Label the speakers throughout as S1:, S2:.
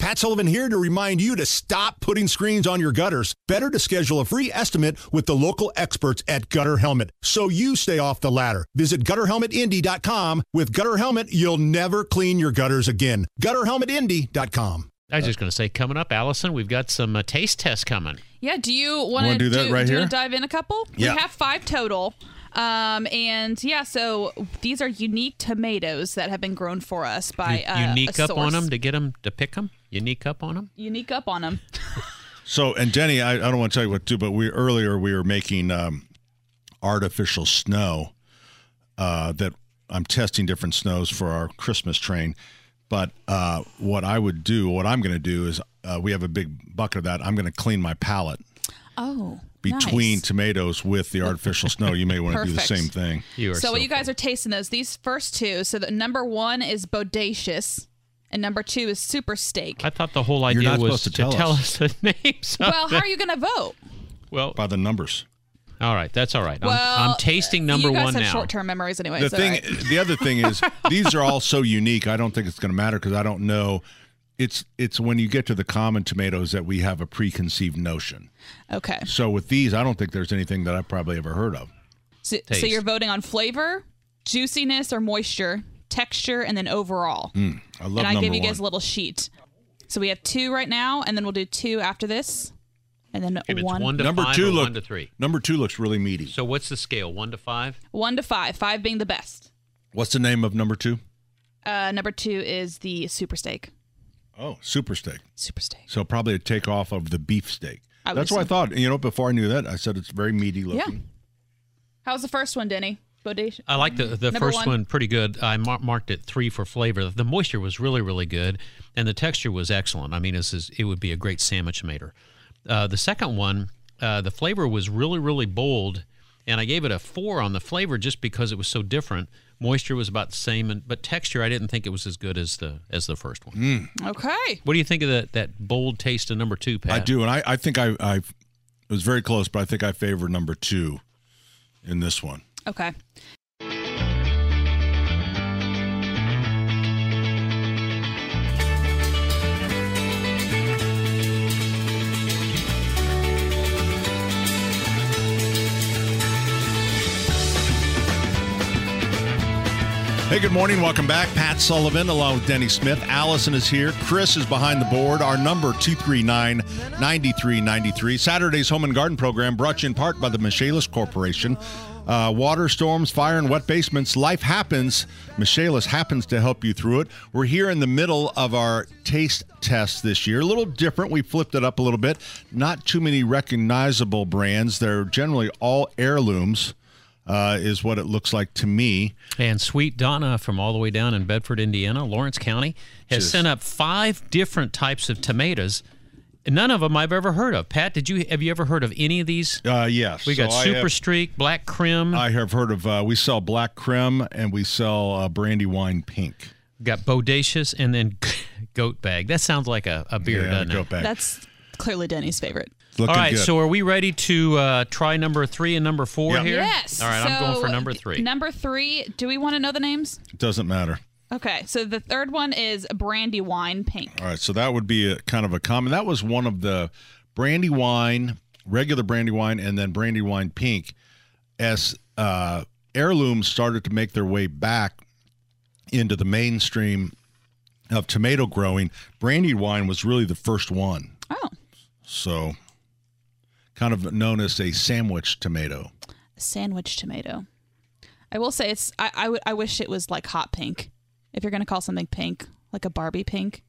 S1: Matt Sullivan here to remind you to stop putting screens on your gutters. Better to schedule a free estimate with the local experts at Gutter Helmet so you stay off the ladder. Visit gutterhelmetindy.com. With Gutter Helmet, you'll never clean your gutters again. Gutterhelmetindy.com.
S2: I was just going to say, coming up, Allison, we've got some uh, taste tests coming.
S3: Yeah. Do you want to
S4: do that right here?
S3: Dive in a couple.
S1: Yeah.
S3: We have five total. Um, and yeah, so these are unique tomatoes that have been grown for us by
S2: You-
S3: uh,
S2: you
S3: a
S2: unique up on
S3: source.
S2: them to get them to pick them. Unique up on them.
S3: Unique up on them.
S4: So, and Denny, I, I don't want to tell you what to do, but we earlier we were making um, artificial snow uh, that I'm testing different snows for our Christmas train. But uh, what I would do, what I'm going to do is uh, we have a big bucket of that. I'm going to clean my palate
S3: Oh.
S4: between
S3: nice.
S4: tomatoes with the artificial snow. You may want to do the
S3: Perfect.
S4: same thing.
S2: You are
S3: so, what you guys are tasting those these first two so the number one is bodacious and number two is super steak
S2: I thought the whole
S4: You're
S2: idea
S4: not
S2: was
S4: supposed to tell
S2: us, the names. of
S3: well how are you gonna vote
S2: Well,
S4: By the numbers.
S2: all right, that's all right. I'm- I'm,
S3: well
S2: tasting number
S3: you guys
S2: one
S3: have
S2: now.
S3: short-term memories anyway
S4: the
S3: so
S4: thing,
S3: alright.
S4: the other thing is, these are all so unique. I don't think it's going to matter because I don't know. It's it's when you get to the common tomatoes that we have a preconceived notion.
S3: okay
S4: So with these, I don't think there's anything that I've probably ever heard of.
S3: so, so
S2: Taste.
S3: you're voting on flavor juiciness or moisture texture and then overall
S2: Mm,
S4: I love
S3: and i
S4: number
S3: gave you
S4: one.
S3: guys a little sheet so we have two right now and then we'll do two after this and then
S2: If it's
S3: one,
S2: one to
S4: number
S2: five
S4: two
S2: or
S4: look
S2: one to three.
S4: Number two looks really meaty.
S2: So what's the scale? One to five?
S3: one to five five being the best
S4: What's the name of number two?
S3: uh, number two is the super steak
S4: Oh, super steak.
S3: super steak
S4: So probably a takeoff of the beef steak.
S3: I would
S4: That's what I
S3: assume.
S4: thought. You know, before I knew that, I said it's very meaty looking.
S3: How's the first one, Denny? Bodacious.
S2: I like the the
S3: Number
S2: first
S3: one.
S2: one. pretty good. I mar- marked it three for flavor. The moisture was really really good, and the texture was excellent. I mean, this is it would be a great sandwich maker. Uh, the second one, uh, the flavor was really really bold, and I gave it a four on the flavor just because it was so different. Moisture was about the same, and, but texture I didn't think it was as good as the as the first
S4: Mm.
S2: one.
S3: Okay.
S2: What do you think of that that bold taste of number two, Pat?
S4: I do, and I, I think I, I it was very close, but I think I favor number two in this one.
S3: Okay.
S4: Hey, good morning. Welcome back. Pat Sullivan along with Denny Smith. Allison is here. Chris is behind the board. Our number 239 9393. Saturday's Home and Garden Program brought to you in part by the Michaelis Corporation. Uh, water, storms, fire, and wet basements. Life happens. Michaelis happens to help you through it. We're here in the middle of our taste test this year. A little different. We flipped it up a little bit. Not too many recognizable brands. They're generally all heirlooms, uh, is what it looks like to me.
S2: And sweet Donna from all the way down in Bedford, Indiana, Lawrence County, has
S4: Cheers.
S2: sent up five different types of tomatoes. None of them I've ever heard of. Pat, did you have you ever heard of any of these?
S4: Uh, yes.
S2: We got
S4: So I
S2: Super
S4: have-
S2: Streak, Black Crim,
S4: I have heard of. Uh, we sell black creme and we sell uh, brandy wine pink.
S2: got Bodacious, and then Goat Bag. That sounds like a, a beer, doesn't
S4: go
S2: it?
S4: back.
S3: That's clearly Denny's favorite.
S4: It's looking
S2: All right,
S4: good.
S2: so are we ready to uh, try number three and number four
S4: Yeah.
S2: here?
S3: Yes.
S2: All right, I'm going for
S3: so uh,
S2: number three.
S3: Number three. Do we want to know the names?
S4: it doesn't matter.
S3: Okay. So the third one is brandy wine pink.
S4: All right, so that would be a kind of a common. That was one of the brandy wine, regular brandy wine, and then brandy wine pink. As uh, heirlooms started to make their way back into the mainstream of tomato growing, brandy wine was really the first one.
S3: Oh,
S4: So, kind of known as a sandwich tomato.
S3: sandwich tomato. I will say it's. I I would- I wish it was like hot pink. If you're gonna call something pink, like a Barbie pink.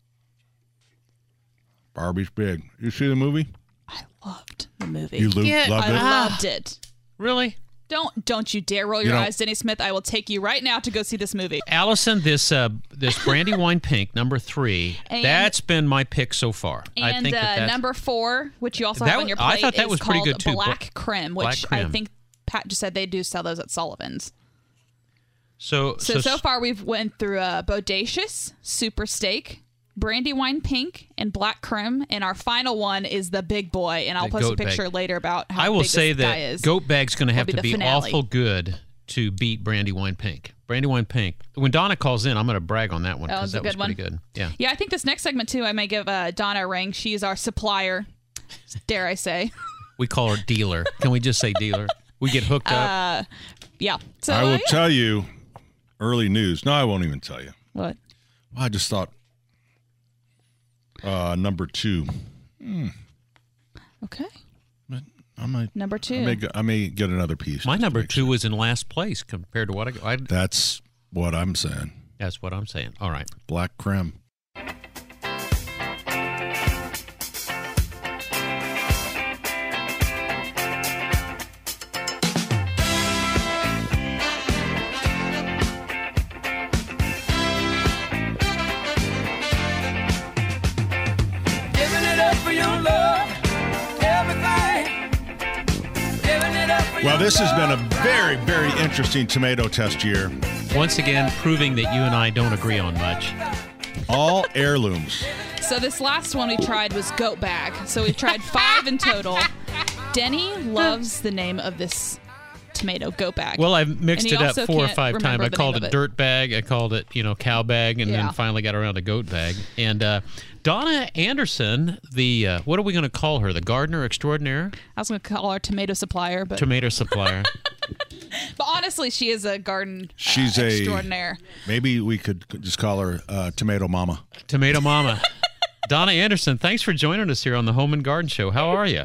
S4: Barbie's big. You see the movie?
S3: I loved the movie.
S4: You lo-
S2: Yeah,
S4: loved
S3: I
S4: it.
S3: loved it.
S2: really?
S3: Don't don't you dare roll
S4: You
S3: your
S4: know-
S3: eyes, Denny Smith. I will take you right now to go see this movie.
S2: Allison, this uh, this brandy wine pink number three.
S3: And-
S2: that's been my pick so far. I
S3: And
S2: think that
S3: uh,
S2: that's,
S3: number four, which you also
S2: That
S3: have on
S2: was-
S3: your plate,
S2: I thought that
S3: is
S2: was pretty
S3: called
S2: good, too. Bla-
S3: Black Creme, which
S2: Black
S3: I
S2: Creme.
S3: think Pat just said they do sell those at Sullivan's.
S2: so
S3: So so far we've went through uh, Bodacious, Super Steak, Brandywine Pink, and Black Creme, and our final one is the big boy. And I'll
S2: The
S3: post a
S2: goat bag.
S3: picture later about how
S2: I will
S3: big
S2: say
S3: this guy
S2: that
S3: is.
S2: Goat Bag's going to have
S3: be
S2: to
S3: the
S2: be
S3: finale.
S2: awful good to beat Brandywine Pink. Brandywine Pink. When Donna calls in, I'm going to brag on that one
S3: That
S2: because
S3: was Oh, a
S2: that was
S3: good one.
S2: pretty good. Yeah.
S3: Yeah, I think this next segment too. I may give uh, Donna a ring. She's our supplier. Dare I say?
S2: We call her dealer. Can we just say dealer? We get hooked up.
S3: Yeah. So
S4: I will
S3: uh, yeah.
S4: tell you early news. No, I won't even tell you.
S3: what?
S4: I just thought uh, number two.
S3: Okay.
S4: I might,
S3: Number two.
S4: I may, go- I may get another
S3: Uh,
S4: piece.
S2: My
S4: just to
S2: number
S4: make
S2: two
S4: sure.
S2: was in last place compared to what I, got. I
S4: That's what I'm saying.
S2: That's what I'm saying. All right.
S4: Black creme.
S5: Giving it up for your love, everything. Giving it up for
S4: Well,
S5: your
S4: this has been
S5: love.
S4: a very, very interesting tomato test year.
S2: Once again, proving that you and I don't agree on much.
S4: All heirlooms.
S3: So this last one we tried was goat bag. So we tried five in total. Denny loves the name of this tomato goat bag.
S2: Well, I've mixed
S3: And you
S2: it up
S3: also
S2: four or
S3: can't
S2: five times.
S3: remember
S2: I
S3: the
S2: called
S3: name
S2: it
S3: of it.
S2: dirt bag. I called it, you know, cow bag, and
S3: Yeah.
S2: then finally got around to goat bag. And uh, Donna Anderson, the uh, what are we going to call her? The gardener extraordinaire,
S3: I was gonna call her tomato supplier, but,
S2: tomato supplier.
S3: but honestly, she is a garden. uh,
S4: She's a-
S3: extraordinaire.
S4: Maybe we could just call her uh, Tomato Mama.
S2: Tomato Mama. Donna Anderson, thanks for joining us here on the Home and Garden Show. How are you?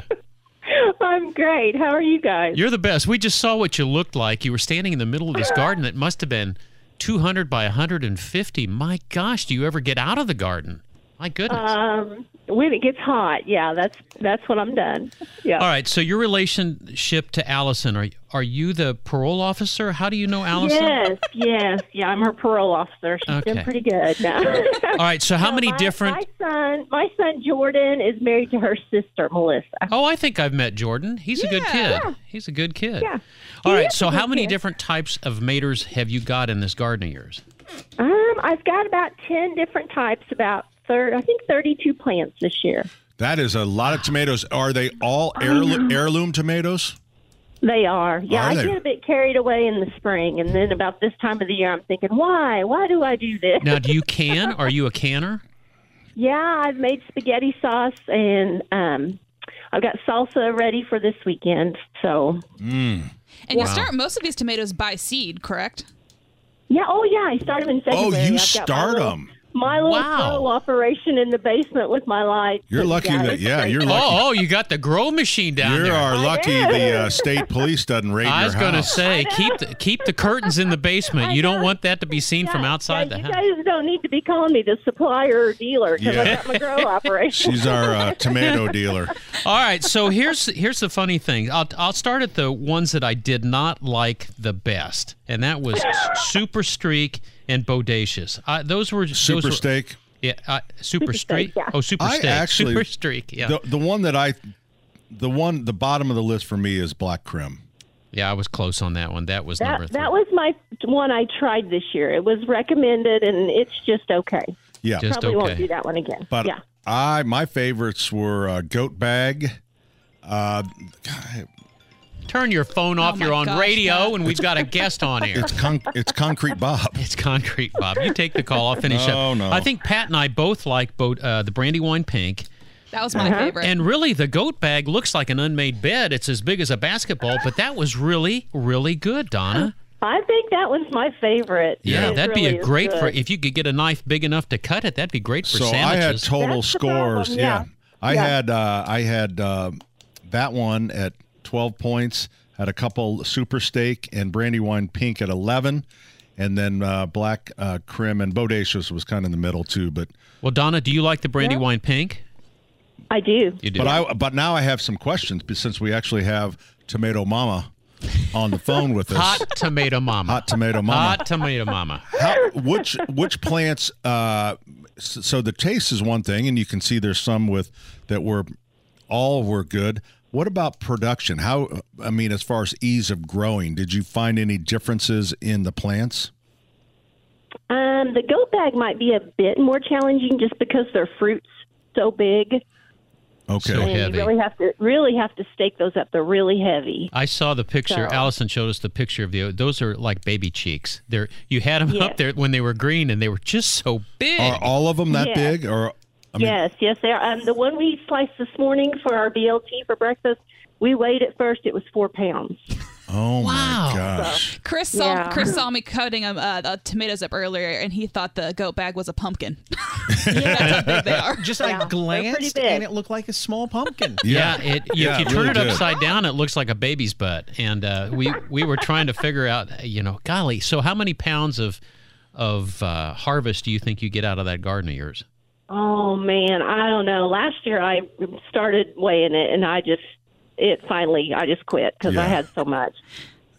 S6: I'm great. How are you guys?
S2: You're the best. We just saw what you looked like. You were standing in the middle of this garden that must have been 200 by 150. My gosh, do you ever get out of the garden? My goodness.
S6: Um, when it gets hot, yeah, that's that's when I'm done. Yeah.
S2: All right, so your relationship to Allison, are are you the parole officer? How do you know Allison?
S6: Yes, yes, yeah. I'm her parole officer. She's
S2: Okay.
S6: been pretty good. No.
S2: All right, so how many
S6: my,
S2: different
S6: My son, my son Jordan, is married to her sister Melissa.
S2: Oh, I think I've met Jordan. He's a good kid. He's a good kid.
S6: Yeah.
S2: All
S6: He
S2: right,
S6: is a
S2: so
S6: good
S2: how many
S6: kid.
S2: different types of maters have you got in this garden of yours?
S6: Um, I've got about ten different types. About third, I think thirty-two plants this year.
S4: That is a lot of tomatoes. Are they all heirloom, heirloom tomatoes?
S6: They are. Yeah,
S4: Are
S6: I
S4: they?
S6: get a bit carried away in the spring, and then about this time of the year, I'm thinking, why? Why do I do this?
S2: Now, do you can? Are you a canner?
S6: Yeah, I've made spaghetti sauce and um, I've got salsa ready for this weekend. So,
S3: And you start most of these tomatoes by seed, correct?
S6: yeah, oh yeah, I started in
S4: Oh,
S6: February.
S4: you
S6: I've got my
S4: start
S6: little-
S4: them.
S6: My little
S2: Wow.
S6: grow operation in the basement with my lights.
S4: You're
S6: and,
S4: lucky that,
S6: it's
S4: yeah,
S6: great.
S4: you're lucky.
S2: Oh, oh, you got the grow machine down
S4: You
S2: there.
S4: are lucky
S6: am.
S4: the uh, state police doesn't raid
S2: I
S4: your
S2: was going to
S4: house.
S2: say keep the, keep the curtains in the basement.
S6: I
S2: You don't
S6: know.
S2: want that to be seen from
S6: Yeah,
S2: outside the
S6: yeah, you
S2: house.
S6: guys don't need to be calling me the supplier or dealer because
S4: Yeah.
S6: I've got my grow operation.
S4: She's our uh, tomato dealer.
S2: All right, so here's here's the funny thing. I'll I'll start at the ones that I did not like the best, and that was Super Streak and Bodacious. I, those were those
S4: Super
S2: were,
S4: steak.
S2: Yeah, uh, Super, Streak.
S6: Steak, yeah.
S2: Oh, Super
S4: I
S2: Steak.
S4: actually-
S2: Super Streak. Yeah,
S4: The, the one that I, the one, the bottom of the list for me is black creme.
S2: yeah, I was close on that one. That was number
S6: That,
S2: three.
S6: that was my one I tried this year. It was recommended, and it's just okay.
S4: Yeah.
S2: Just
S6: Probably
S2: okay.
S6: won't do that one again.
S4: But
S6: yeah.
S4: I my favorites were uh, goat bag. Uh, God,
S2: Turn your phone off.
S3: Oh, my
S2: You're on
S3: gosh,
S2: radio,
S3: Bob.
S2: and we've got a guest on here.
S4: it's con- it's concrete Bob.
S2: It's concrete, Bob. You take the call. I'll finish
S4: No,
S2: up.
S4: no.
S2: I think Pat and I both like both uh, the Brandywine Pink.
S3: That was my favorite.
S2: Uh-huh. And really, the goat bag looks like an unmade bed. It's as big as a basketball, but that was really, really good, Donna.
S6: I think that one's my favorite. It
S2: that'd
S6: really
S2: be a
S6: is
S2: great for
S6: good.
S2: if you could get a knife big enough to cut it. That'd be great for
S4: So I had
S2: sandwiches.
S4: total
S6: That's the problem,
S4: scores.
S6: yeah.
S4: I
S6: Yeah.
S4: had uh, I had uh, that one at twelve points. Had a couple super steak and brandywine pink at eleven, and then uh, black uh, crim and bodacious was kind of in the middle too. But
S2: well, Donna, do you like the brandywine pink?
S6: I do.
S2: You do.
S4: but I but now I have some questions but since we actually have Tomato Mama on the phone with us.
S2: Hot tomato mama.
S4: Hot tomato mama.
S2: Hot tomato mama.
S4: How, which which plants? Uh, s- so the taste is one thing, and you can see there's some with that were all were good. What about production? How I mean, as far as ease of growing, did you find any differences in the plants?
S6: Um, the goat bag might be a bit more challenging just because their fruits so big.
S4: Okay.
S2: So
S6: and
S2: heavy.
S6: you really have to really have to stake those up. They're really heavy.
S2: I saw the picture.
S6: So-
S2: Allison showed us the picture of the. Those are like baby cheeks. They're you had them
S6: Yes.
S2: up there when they were green, and they were just so big.
S4: Are all of them that
S6: Yeah.
S4: big? Or I mean,
S6: yes, yes, they are. Um, the one we sliced this morning for our BLT for breakfast, we weighed it first. It was four pounds.
S4: oh
S2: Wow.
S4: my gosh.
S3: Chris saw
S6: Yeah.
S3: Chris saw me cutting um, uh, the tomatoes up earlier, and he thought the goat bag was a pumpkin. That's how big they are.
S7: Just
S6: Yeah,
S7: I
S6: they're pretty
S7: glanced
S6: big.
S7: and it looked like a small pumpkin.
S2: yeah, it, you,
S4: Yeah,
S2: if you
S4: it
S2: turn
S4: really
S2: it
S4: did.
S2: upside down, it looks like a baby's butt. And uh, we we were trying to figure out, you know, golly, so how many pounds of of uh, harvest do you think you get out of that garden of yours?
S6: Oh man, I don't know. Last year I started weighing it, and I just it finally I just quit because
S4: Yeah.
S6: I had so much.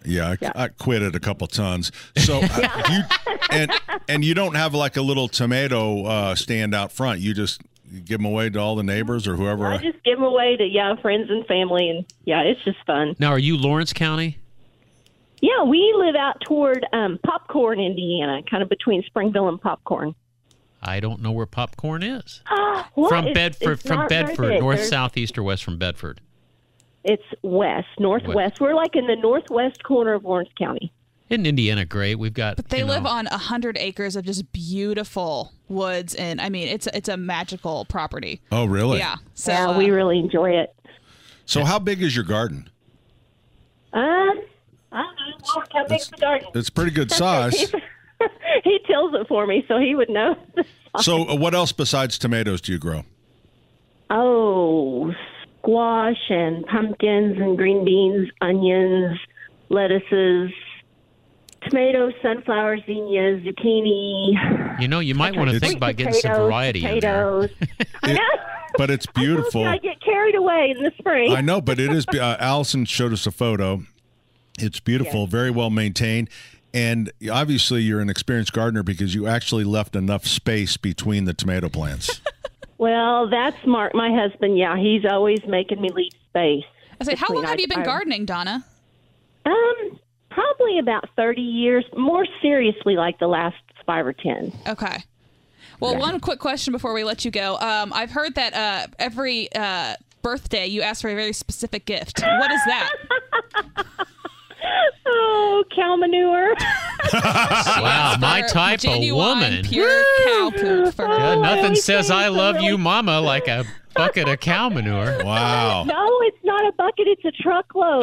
S4: Yeah, I, I quit at a couple tons. So uh, you and and you don't have like a little tomato uh, stand out front. You just give them away to all the neighbors or whoever.
S6: I just give them away to yeah friends and family, and yeah, it's just fun.
S2: Now, are you Lawrence County?
S6: Yeah, we live out toward um, Popcorn, Indiana, kind of between Springville and Popcorn.
S2: I don't know where popcorn is.
S6: What?
S2: From
S6: It's-
S2: Bedford,
S6: it's
S2: from
S6: not very
S2: Bedford,
S6: big.
S2: north,
S6: There's-
S2: south, east, or west from Bedford.
S6: It's west, northwest. We're like in the northwest corner of Lawrence County.
S2: Isn't Indiana great? We've got.
S3: But they
S2: you
S3: live
S2: know-
S3: on a hundred acres of just beautiful woods, and I mean, it's it's a magical property.
S4: oh, really?
S3: Yeah. So
S6: yeah, we
S3: uh,
S6: really enjoy it.
S4: So how big is your garden?
S6: Um, I don't know. Lord, How big's the garden?
S4: It's pretty good size.
S6: he tills it for me, so he would know.
S4: so uh, what else besides tomatoes do you grow?
S6: oh, squash and pumpkins and green beans, onions, lettuces, tomatoes, sunflowers, zinnias, zucchini.
S2: You know, you might want to think
S6: Sweet
S2: about getting some
S6: potatoes,
S2: variety in
S6: potatoes. I know.
S4: But it's beautiful.
S6: I get carried away in the spring.
S4: I know, but it is. be- Uh, Allison showed us a photo. It's beautiful, very well maintained. And obviously, you're an experienced gardener because you actually left enough space between the tomato plants.
S6: Well, that's Mark, my husband. Yeah, he's always making me leave space.
S3: I say, how
S6: Between
S3: long have
S6: I-
S3: you been
S6: I-
S3: gardening, Donna?
S6: Um, probably about thirty years. More seriously, like the last five or ten.
S3: Okay. Well, one quick question before we let you go. Um, I've heard that uh, every uh, birthday you ask for a very specific gift. What is that?
S6: Oh, cow manure.
S2: there. Wow, my
S3: For
S2: type of
S3: genuine,
S2: woman.
S3: Pure cow poop for
S2: Yeah,
S6: Oh, I
S2: nothing
S6: always
S2: says
S6: say
S2: I
S6: it's a
S2: love
S6: really-
S2: you, mama, like a bucket of cow manure.
S4: Wow.
S6: no, it's not a bucket. It's a truckload.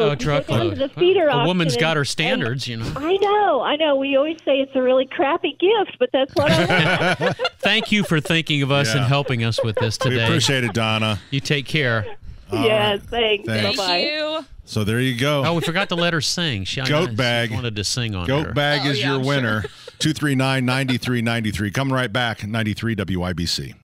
S2: Oh,
S6: You go down to
S2: truckload.
S6: The feeder
S2: a
S6: auction
S2: woman's
S6: and-
S2: got her
S6: and-
S2: standards, you know.
S6: I know, I know. We always say it's a really crappy gift, but that's what I want.
S2: Thank you for thinking of us
S4: Yeah.
S2: and helping us with this
S4: We
S2: today.
S4: appreciate it, Donna.
S2: you take care.
S6: yes, thanks.
S4: Thanks.
S3: Thank
S6: Bye-bye.
S3: you.
S4: So there you go.
S2: Oh, we forgot to let her sing. She I
S4: Goat
S2: know she
S4: bag.
S2: wanted to sing on her.
S4: Goat bag
S3: Oh,
S4: is
S3: yeah,
S4: your
S3: I'm sure.
S4: winner. 239 9393. Come right back, 93 WIBC.